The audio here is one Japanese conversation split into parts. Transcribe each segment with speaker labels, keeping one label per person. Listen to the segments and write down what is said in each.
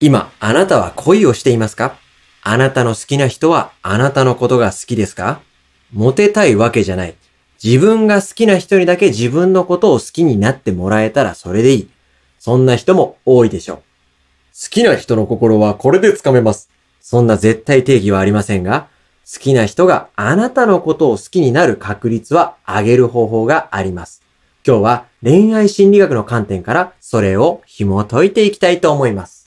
Speaker 1: 今、あなたは恋をしていますかあなたの好きな人はあなたのことが好きですかモテたいわけじゃない。自分が好きな人にだけ自分のことを好きになってもらえたらそれでいい。そんな人も多いでしょう。好きな人の心はこれでつかめます。そんな絶対定義はありませんが、好きな人があなたのことを好きになる確率は上げる方法があります。今日は恋愛心理学の観点からそれを紐解いていきたいと思います。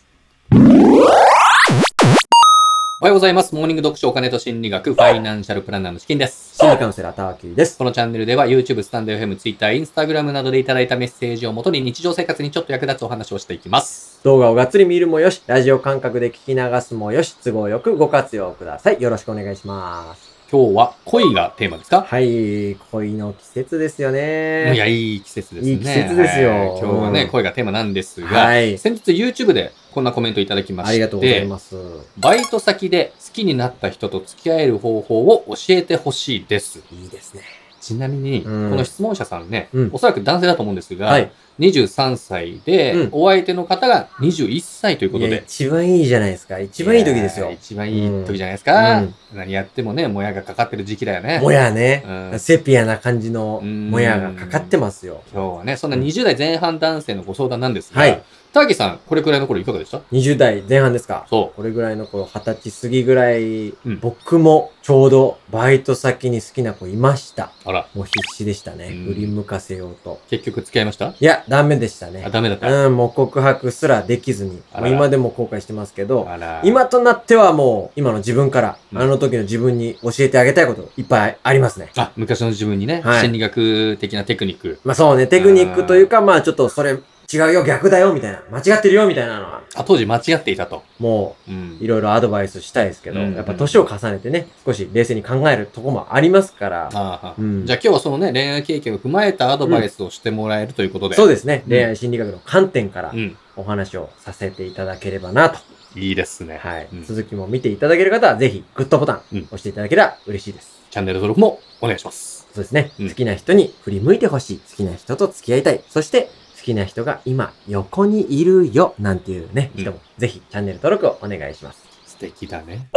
Speaker 2: おはようございます。モーニング読書お金と心理学、ファイナンシャルプランナーの資金です。
Speaker 1: 心理カウンセラーターキーです。
Speaker 2: このチャンネルでは YouTube、スタンド FM、Twitter、Instagram などでいただいたメッセージをもとに日常生活にちょっと役立つお話をしていきます。
Speaker 1: 動画をがっつり見るもよし、ラジオ感覚で聞き流すもよし、都合よくご活用ください。よろしくお願いします。
Speaker 2: 今日は恋がテーマですか、
Speaker 1: はい、恋の季節ですよね。
Speaker 2: いや、いい季節ですね。
Speaker 1: いい季節ですよ
Speaker 2: はい今日はね、
Speaker 1: うん
Speaker 2: 恋がテーマなんですが、
Speaker 1: はい。
Speaker 2: 先日 YouTube でこんなコメントいただきまして、
Speaker 1: ありがとうございます。
Speaker 2: バイト先で好きになった人と付き合える方法を教えてほしいです。
Speaker 1: いいですね。
Speaker 2: ちなみに、
Speaker 1: うん
Speaker 2: この質問者さんね、
Speaker 1: うん
Speaker 2: おそらく男性だと思うんですが、
Speaker 1: はい。
Speaker 2: 23歳で、
Speaker 1: うん
Speaker 2: お相手の方が21歳ということ
Speaker 1: いや
Speaker 2: で。
Speaker 1: 一番いいじゃないですか。一番いい時ですよ
Speaker 2: やー。一番いい時じゃないですか。
Speaker 1: うん
Speaker 2: 何やってもね、もやがかかってる時期だよね。
Speaker 1: もやね、
Speaker 2: うん
Speaker 1: セピアな感じの
Speaker 2: うん
Speaker 1: もやがかかってますよ。
Speaker 2: 今日はね、そんな20代前半男性のご相談なんですが、
Speaker 1: はい
Speaker 2: ターキーさん、これくらいの頃いかがでした
Speaker 1: 20代前半ですか
Speaker 2: そ
Speaker 1: これぐらいの頃、二十歳過ぎぐらい、
Speaker 2: ん
Speaker 1: 僕もちょうどバイト先に好きな子いました。
Speaker 2: う。あら、
Speaker 1: もう必死でしたね。
Speaker 2: う
Speaker 1: 振
Speaker 2: ん
Speaker 1: り向かせようと。
Speaker 2: 結局付き合いました
Speaker 1: いや、ダメでした
Speaker 2: あ、
Speaker 1: ね。
Speaker 2: ダメだった。
Speaker 1: うん、もう告白すらできずに。
Speaker 2: あらら
Speaker 1: 今でも後悔してますけど、
Speaker 2: あら、
Speaker 1: 今となってはもう、今の自分から、
Speaker 2: うん
Speaker 1: あの時の自分に教えてあげたいこといっぱいありますね。
Speaker 2: あ、昔の自分にね、
Speaker 1: はい
Speaker 2: 心理学的なテクニック。
Speaker 1: まあそうね、テクニックというか、まあちょっとそれ違うよ、逆だよ、みたいな。間違ってるよ、みたいなのは、
Speaker 2: あ、当時間違っていたと。
Speaker 1: も
Speaker 2: う
Speaker 1: う、い
Speaker 2: ん。
Speaker 1: ろいろアドバイスしたいですけど、
Speaker 2: うん
Speaker 1: やっぱ年を重ねてね、少し冷静に考えるとこもありますから、
Speaker 2: あーは
Speaker 1: うん
Speaker 2: じゃあ今日はそのね、恋愛経験を踏まえたアドバイスをしてもらえるということで。
Speaker 1: そうですね、
Speaker 2: うん
Speaker 1: 恋愛心理学の観点から
Speaker 2: うん。
Speaker 1: お話をさせていただければなと。
Speaker 2: いいですね。
Speaker 1: はい。
Speaker 2: うん
Speaker 1: 続きも見ていただける方は、ぜひ、グッドボタン
Speaker 2: うん
Speaker 1: 押していただければ嬉しいです。
Speaker 2: チャンネル登録もお願いします。
Speaker 1: そうですね、
Speaker 2: うん
Speaker 1: 好きな人に振り向いてほしい。好きな人と付き合いたい。そして、好きな人が今横にいるよ、なんていうね、
Speaker 2: うん
Speaker 1: 人も、ぜひチャンネル登録をお願いします。
Speaker 2: 素敵だね。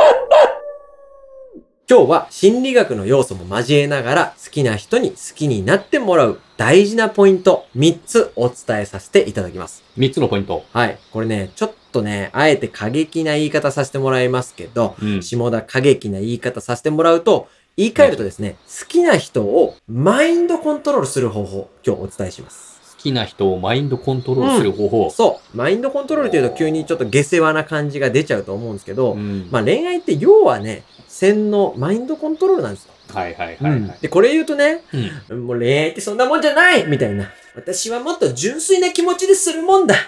Speaker 1: 今日は心理学の要素も交えながら好きな人に好きになってもらう大事なポイント3つお伝えさせていただきます。
Speaker 2: 3つのポイント。
Speaker 1: はい。これね、ちょっとね、あえて過激な言い方させてもらいますけど、
Speaker 2: うん
Speaker 1: 下田過激な言い方させてもらうと、言い換えるとですね、好きな人をマインドコントロールする方法、今日お伝えします。
Speaker 2: 好きな人をマインドコントロールする方法。
Speaker 1: そう。マインドコントロールというと急にちょっと下世話な感じが出ちゃうと思うんですけど、
Speaker 2: うん
Speaker 1: まあ恋愛って要はね、洗脳、マインドコントロールなんですよ。
Speaker 2: はいはいはい、はい
Speaker 1: で、これ言うとね、
Speaker 2: うん
Speaker 1: もう恋愛ってそんなもんじゃないみたいな。私はもっと純粋な気持ちでするもんだっ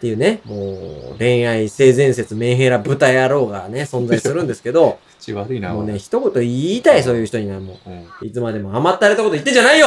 Speaker 1: ていうね、もう恋愛性善説、メンヘラ、豚野郎がね、存在するんですけど、
Speaker 2: 口 悪いな、
Speaker 1: もう
Speaker 2: 俺
Speaker 1: ね、一言言いたい、そういう人にはも
Speaker 2: うん
Speaker 1: う。いつまでも甘ったれたこと言ってんじゃないよ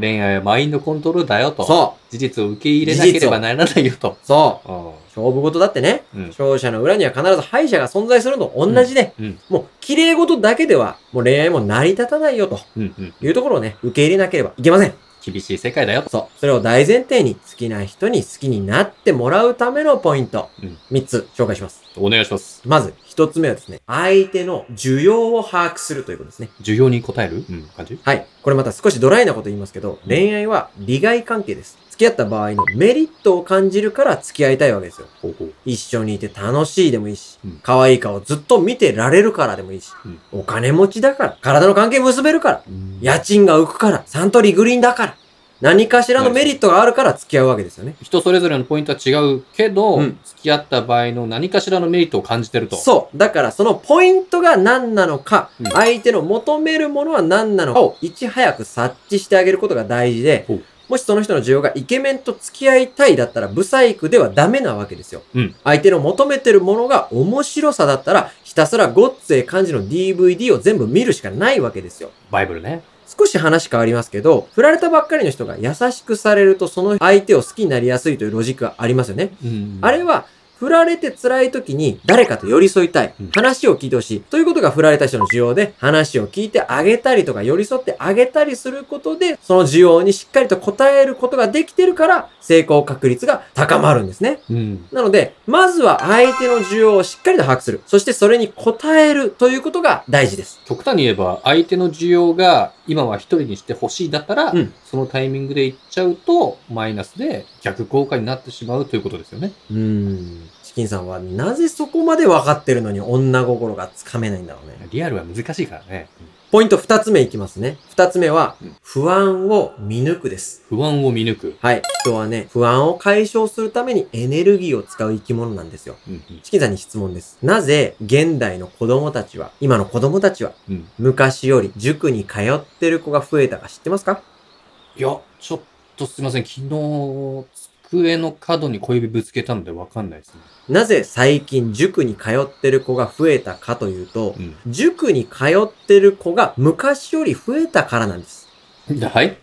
Speaker 2: 恋愛はマインドコントロールだよ
Speaker 1: と
Speaker 2: と。
Speaker 1: そ
Speaker 2: 事実を受け入れなければならないよと。
Speaker 1: うそう
Speaker 2: うん
Speaker 1: 勝負事だってね、
Speaker 2: うん
Speaker 1: 勝者の裏には必ず敗者が存在するのと同じで、
Speaker 2: うん
Speaker 1: もう綺麗事だけでは、もう恋愛も成り立たないよと
Speaker 2: うんうん
Speaker 1: いうところをね、受け入れなければいけません。
Speaker 2: 厳しい世界だよと。
Speaker 1: そう。それを大前提に好きな人に好きになってもらうためのポイント、
Speaker 2: うん
Speaker 1: 3つ紹介します。
Speaker 2: お願いします。
Speaker 1: まず、1つ目はですね、相手の需要を把握するということですね。
Speaker 2: 需要に応える、うん、感じ
Speaker 1: はい。これまた少しドライなこと言いますけど、
Speaker 2: うん
Speaker 1: 恋愛は利害関係です。付き合った場合のメリットを感じるから付き合いたいわけですよ。
Speaker 2: 方法。
Speaker 1: 一緒にいて楽しいでもいいし
Speaker 2: うん、
Speaker 1: 可愛い顔ずっと見てられるからでもいいし
Speaker 2: うん、
Speaker 1: お金持ちだから、体の関係結べるから、家賃が浮くから、サントリーグリーンだから、何かしらのメリットがあるから付き合うわけですよね。
Speaker 2: 人それぞれのポイントは違うけど、
Speaker 1: うん
Speaker 2: 付き合った場合の何かしらのメリットを感じてると。
Speaker 1: そう。だからそのポイントが何なのか、
Speaker 2: うん
Speaker 1: 相手の求めるものは何なのかをいち早く察知してあげることが大事で
Speaker 2: ほう、
Speaker 1: もしその人の需要がイケメンと付き合いたいだったら、ブサイクではダメなわけですよ。
Speaker 2: うん
Speaker 1: 相手の求めてるものが面白さだったら、ひたすらごっつええ感じの DVD を全部見るしかないわけですよ。
Speaker 2: バイブルね。
Speaker 1: 少し話変わりますけど、振られたばっかりの人が優しくされるとその相手を好きになりやすいというロジックがありますよね。
Speaker 2: うん
Speaker 1: あれは、振振られて辛い時に誰かと寄り添いたい
Speaker 2: うん。
Speaker 1: 話を聞いてほしい。ということが振られた人の需要で、話を聞いてあげたりとか寄り添ってあげたりすることで、その需要にしっかりと応えることができてるから、成功確率が高まるんですね。
Speaker 2: うん。
Speaker 1: なので、まずは相手の需要をしっかりと把握する。そしてそれに応えるということが大事です。
Speaker 2: 極端に言えば、相手の需要が今は一人にしてほしいだったら、
Speaker 1: うん
Speaker 2: そのタイミングで行っちゃうと、マイナスで逆効果になってしまうということですよね。
Speaker 1: うーん。チキンさんはなぜそこまで分かってるのに女心がつかめないんだろうね。
Speaker 2: リアルは難しいからね。
Speaker 1: ポイント二つ目いきますね。二つ目は
Speaker 2: うん、
Speaker 1: 不安を見抜くです。
Speaker 2: 不安を見抜く。
Speaker 1: はい。人はね、不安を解消するためにエネルギーを使う生き物なんですよ。
Speaker 2: うん
Speaker 1: チキンさんに質問です。なぜ現代の子供たちは、今の子供たちは、
Speaker 2: うん。うん。
Speaker 1: 昔より塾に通ってる子が増えたか知ってますか
Speaker 2: いや、ちょっとすいません。昨日、机の角に小指ぶつけたのでわかんないですね。
Speaker 1: なぜ最近塾に通ってる子が増えたかというと、塾に通ってる子が昔より増えたからなんです。
Speaker 2: うん。はい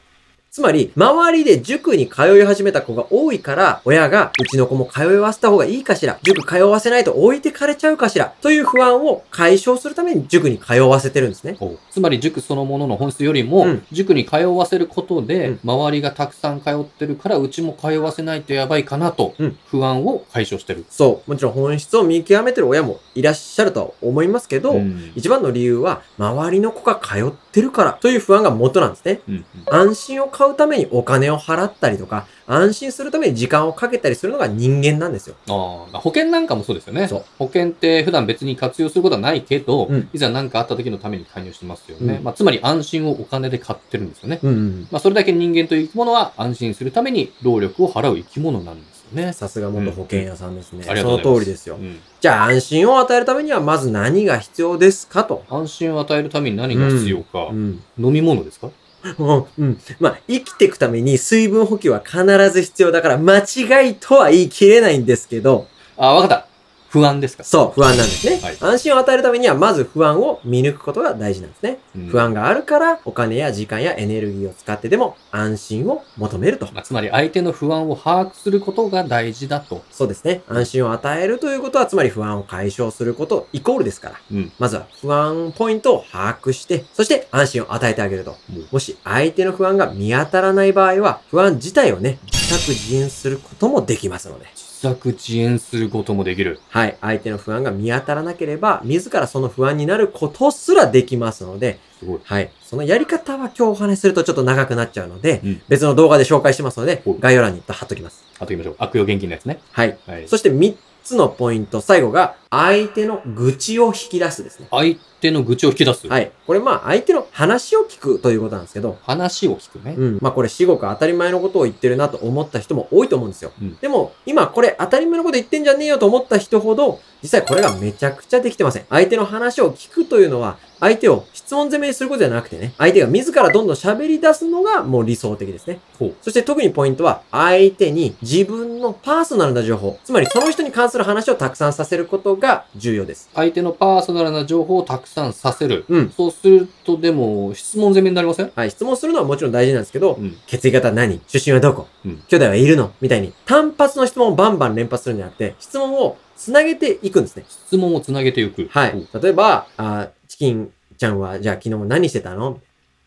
Speaker 1: つまり、周りで塾に通い始めた子が多いから、親が、うちの子も通わせた方がいいかしら、塾通わせないと置いてかれちゃうかしら、という不安を解消するために塾に通わせてるんですね。
Speaker 2: つまり塾そのものの本質よりも、
Speaker 1: うん
Speaker 2: 塾に通わせること
Speaker 1: う
Speaker 2: で、
Speaker 1: ん
Speaker 2: 周りがたくさん通ってるから、うちも通わせないとやばいかなと、
Speaker 1: うん
Speaker 2: 不安を解消してる。
Speaker 1: そう。もちろん本質を見極めてる親もいらっしゃるとは思いますけど、
Speaker 2: ん
Speaker 1: 一番の理由は、周りの子が通ってるから、という不安が元なんですね。
Speaker 2: うん
Speaker 1: 安心を買うためにお金を払ったりとか、安心するために時間をかけたりするのが人間なんですよ。
Speaker 2: ああ、保険なんかもそうですよね
Speaker 1: そう。
Speaker 2: 保険って普段別に活用することはないけど、
Speaker 1: うん
Speaker 2: いざ何かあった時のために加入してますよね。
Speaker 1: うん
Speaker 2: まあ、つまり安心をお金で買ってるんですよね。
Speaker 1: うん。
Speaker 2: まあ、それだけ人間という生き物は安心するために労力を払う生き物なんですよね。
Speaker 1: さすが元保険屋さんですね。
Speaker 2: あ
Speaker 1: そ
Speaker 2: りがと
Speaker 1: の
Speaker 2: うございます
Speaker 1: 通りですよ。
Speaker 2: うん
Speaker 1: じゃあ安心を与えるためにはまず何が必要ですかと。
Speaker 2: 安心を与えるために何が必要か。
Speaker 1: うん。
Speaker 2: 飲み物です
Speaker 1: う
Speaker 2: か
Speaker 1: んうん。まあ、生きていくために水分補給は必ず必要だから、間違いとは言い切れないんですけど、
Speaker 2: あ、わかった。不安ですか、
Speaker 1: そう、不安なんですね。
Speaker 2: はい
Speaker 1: 安心を与えるためには、まず不安を見抜くことが大事なんですね。
Speaker 2: うん
Speaker 1: 不安があるから、お金や時間やエネルギーを使ってでも安心を求めると。
Speaker 2: まあ、つまり相手の不安を把握することが大事だと。
Speaker 1: そうですね。安心を与えるということは、つまり不安を解消することイコールですから。
Speaker 2: うん。
Speaker 1: まずは不安ポイントを把握して、そして安心を与えてあげると
Speaker 2: うん。
Speaker 1: もし相手の不安が見当たらない場合は、不安自体をね、自作自演することもできますので。
Speaker 2: 自作自演することもできる。
Speaker 1: はい。相手の不安が見当たらなければ、自らその不安になることすらできますので、
Speaker 2: すごい。
Speaker 1: はい。そのやり方は今日お話しするとちょっと長くなっちゃうので、
Speaker 2: うん
Speaker 1: 別の動画で紹介してますので
Speaker 2: ほう、
Speaker 1: 概要欄に貼っときます。
Speaker 2: あと言いましょう。悪用現金のやつね。
Speaker 1: はい。
Speaker 2: はい。
Speaker 1: そして3つのポイント、最後が、相手の愚痴を引き出すですね。
Speaker 2: 相手の愚痴を引き出す。
Speaker 1: はい。これまあ、相手の話を聞くということなんですけど、
Speaker 2: 話を聞くね。
Speaker 1: うん。まあこれ至極当たり前のことを言ってるなと思った人も多いと思うんですよ。
Speaker 2: うん
Speaker 1: でも、今これ当たり前のこと言ってんじゃねえよと思った人ほど、実際これがめちゃくちゃできてません。相手の話を聞くというのは、相手を質問攻めにすることじゃなくてね、相手が自らどんどん喋り出すのがもう理想的ですね。
Speaker 2: ほう。
Speaker 1: そして特にポイントは、相手に自分のパーソナルな情報、つまりその人に関する話をたくさんさせることが重要です。
Speaker 2: 相手のパーソナルな情報をたくさんさせる。
Speaker 1: うん
Speaker 2: そうすると、でも、質問攻めになりません
Speaker 1: はい、質問するのはもちろん大事なんですけど、
Speaker 2: うん。
Speaker 1: 血液型は何出身はどこ、
Speaker 2: うん
Speaker 1: 兄弟はいるのみたいに、単発の質問をバンバン連発するんじゃなくて、質問をつなげていくんですね。
Speaker 2: 質問をつなげていく。
Speaker 1: は
Speaker 2: ほう
Speaker 1: い。例えば、あーチキンちゃんは、じゃあ昨日何してたの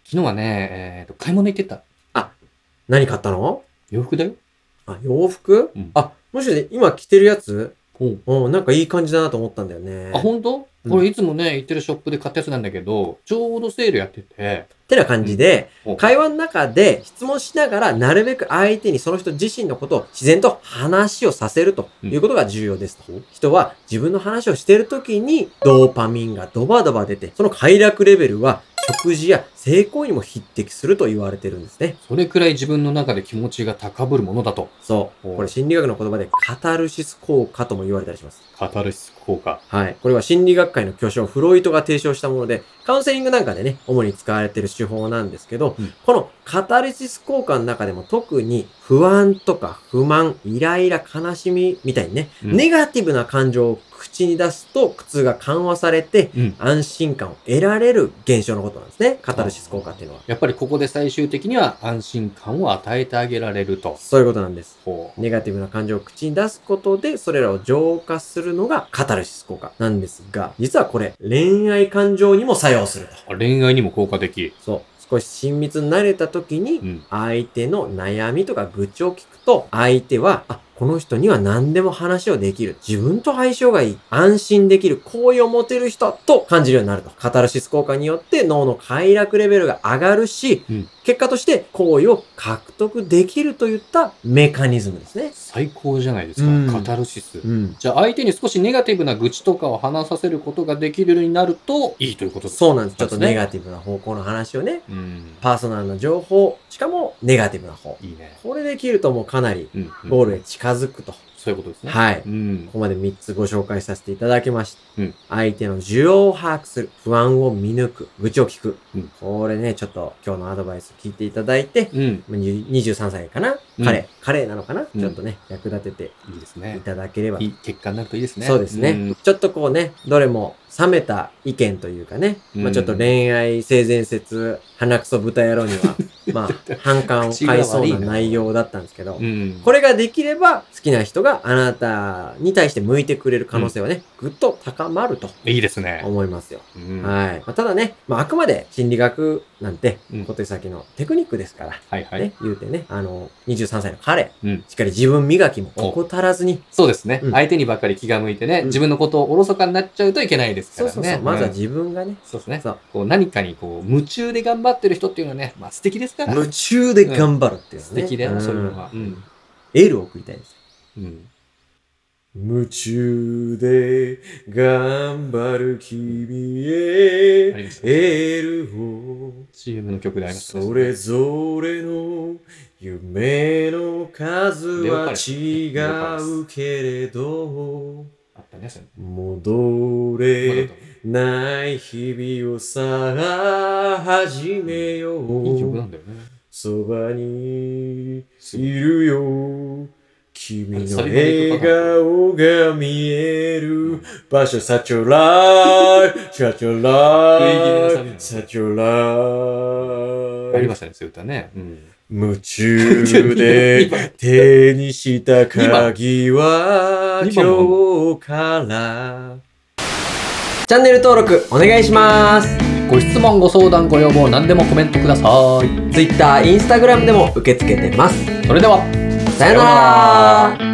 Speaker 2: 昨日はね、えっ、と、買い物行ってた。
Speaker 1: 何買ったの
Speaker 2: 洋服だよ。
Speaker 1: あ、洋服、
Speaker 2: うん
Speaker 1: あ、もしかして今着てるやつ
Speaker 2: ほう。
Speaker 1: うん、なんかいい感じだなと思ったんだよね。
Speaker 2: あ、
Speaker 1: っ
Speaker 2: 本当？
Speaker 1: うん
Speaker 2: これいつもね、行ってるショップで買ったやつなんだけど、ちょうどセールやってて、
Speaker 1: てな感じで、
Speaker 2: ほう
Speaker 1: 会話の中で質問しながら、なるべく相手にその人自身のことを自然と話をさせるということが重要ですと。人は自分の話をしている時にドーパミンがドバドバ出て、その快楽レベルは食事や性行為にも匹敵すると言われてるんですね。
Speaker 2: それくらい自分の中で気持ちが高ぶるものだと。
Speaker 1: そう。
Speaker 2: お
Speaker 1: これ心理学の言葉でカタルシス効果とも言われたりします。
Speaker 2: カタルシス効果。
Speaker 1: はい。これは心理学会の巨匠、フロイトが提唱したもので、カウンセリングなんかでね、主に使われている手法なんですけど、
Speaker 2: うん
Speaker 1: このカタルシス効果の中でも特に不安とか不満、イライラ、悲しみみたいにね、
Speaker 2: うん
Speaker 1: ネガティブな感情を口口に出すと苦痛が緩和されて、
Speaker 2: うん。
Speaker 1: 安心感を得られる現象のことなんですね。カタルシス効果っていうのは。
Speaker 2: やっぱりここで最終的には安心感を与えてあげられると。
Speaker 1: そういうことなんです。
Speaker 2: ほう。
Speaker 1: ネガティブな感情を口に出すことで、それらを浄化するのがカタルシス効果なんですが、実はこれ、恋愛感情にも作用すると。
Speaker 2: あ恋愛にも効果的。
Speaker 1: そう。少し親密になれた時に
Speaker 2: う、ん。
Speaker 1: 相手の悩みとか愚痴を聞くと、相手は、あ、この人には何でも話をできる。自分と相性がいい。安心できる。好意を持てる人と感じるようになると。カタルシス効果によって脳の快楽レベルが上がるし、
Speaker 2: うん
Speaker 1: 結果として好意を獲得できるといったメカニズムですね。
Speaker 2: 最高じゃないですか。
Speaker 1: うん
Speaker 2: カタルシス。
Speaker 1: うん。
Speaker 2: じゃあ相手に少しネガティブな愚痴とかを話させることができるようになるといいということです。
Speaker 1: そうなんです。ちょっと
Speaker 2: そうです
Speaker 1: ネ
Speaker 2: ね
Speaker 1: ガティブな方向の話をね。
Speaker 2: うん。
Speaker 1: パーソナルな情報、しかもネガティブな方。
Speaker 2: いいね。
Speaker 1: これできるともうかなり
Speaker 2: うん、うん
Speaker 1: ゴールへ近づくと。
Speaker 2: そういうことですね。
Speaker 1: はい。
Speaker 2: うん
Speaker 1: こ。こまで3つご紹介させていただきました。
Speaker 2: うん
Speaker 1: 相手の需要を把握する。不安を見抜く。愚痴を聞く。
Speaker 2: うん
Speaker 1: これね、ちょっと今日のアドバイス聞いていただいて、
Speaker 2: うん。
Speaker 1: に23歳かな、
Speaker 2: うん
Speaker 1: 彼、彼なのかな、
Speaker 2: うん
Speaker 1: ちょっとね、役立て
Speaker 2: いいです
Speaker 1: てい
Speaker 2: ね。
Speaker 1: ただければ。
Speaker 2: いい結果になるといいですね。
Speaker 1: そうですね、
Speaker 2: ん
Speaker 1: ちょっとこうね、どれも冷めた意見というかね、
Speaker 2: うん
Speaker 1: まあちょっと恋愛性善説、鼻くそ豚野郎に は、まあ反感を買いそうな内容だったんですけど、
Speaker 2: うん。
Speaker 1: これができれば、好きな人があなたに対して向いてくれる可能性はね、ぐっと高まると
Speaker 2: れ、いいですね。
Speaker 1: 思いますよ。
Speaker 2: うんは
Speaker 1: はい。まあ、ただね、まあ、あくまで心理学なんて
Speaker 2: うん、
Speaker 1: 小手先のテクニックですから、
Speaker 2: いはい。
Speaker 1: ね、言うてね、あの、23歳の彼、
Speaker 2: うん
Speaker 1: しっかり自分磨きも怠らずに、
Speaker 2: そうですね、
Speaker 1: うん
Speaker 2: 相手にばっかり気が向いてね、
Speaker 1: うん
Speaker 2: 自分のことをおろそかになっちゃうといけないですか
Speaker 1: そう
Speaker 2: らね。
Speaker 1: そうそう、まずは
Speaker 2: うん
Speaker 1: 自分がね、
Speaker 2: そうですね。
Speaker 1: そう
Speaker 2: こう何かにこう夢中で頑張ってる人っていうのはね、まあ素敵ですから。
Speaker 1: 夢中で頑張るっていうね。
Speaker 2: 素敵だよ、
Speaker 1: ん
Speaker 2: そういうのは。うん。
Speaker 1: エールを送りたいです。
Speaker 2: うん。
Speaker 1: 夢中で頑張る君
Speaker 2: あ
Speaker 1: へ、
Speaker 2: りました、ね。
Speaker 1: エールを。
Speaker 2: CM の曲でありましたね、
Speaker 1: それぞれの夢の数は違うけれど
Speaker 2: あったね、それ。
Speaker 1: 戻れない日々をさあ始めよ
Speaker 2: いい曲な
Speaker 1: うん
Speaker 2: だよね。
Speaker 1: そばに
Speaker 2: す
Speaker 1: い
Speaker 2: ごい
Speaker 1: るよ君の
Speaker 2: サビま
Speaker 1: 笑
Speaker 2: で行くパタ
Speaker 1: 顔が見え
Speaker 2: う
Speaker 1: る
Speaker 2: ん
Speaker 1: 場所サチョライフサチョラ
Speaker 2: 食い気味のサビな
Speaker 1: イ
Speaker 2: の
Speaker 1: フサチョライフ
Speaker 2: ありましたね、そういう歌ね。うん。
Speaker 1: 夢中で手にした鍵は
Speaker 2: 二番
Speaker 1: 今日からチャンネル登録お願いします
Speaker 2: ご質問、ご相談、ご要望、何でもコメントください。
Speaker 1: Twitter、Instagram でも受け付けてます
Speaker 2: それでは、
Speaker 1: さよなら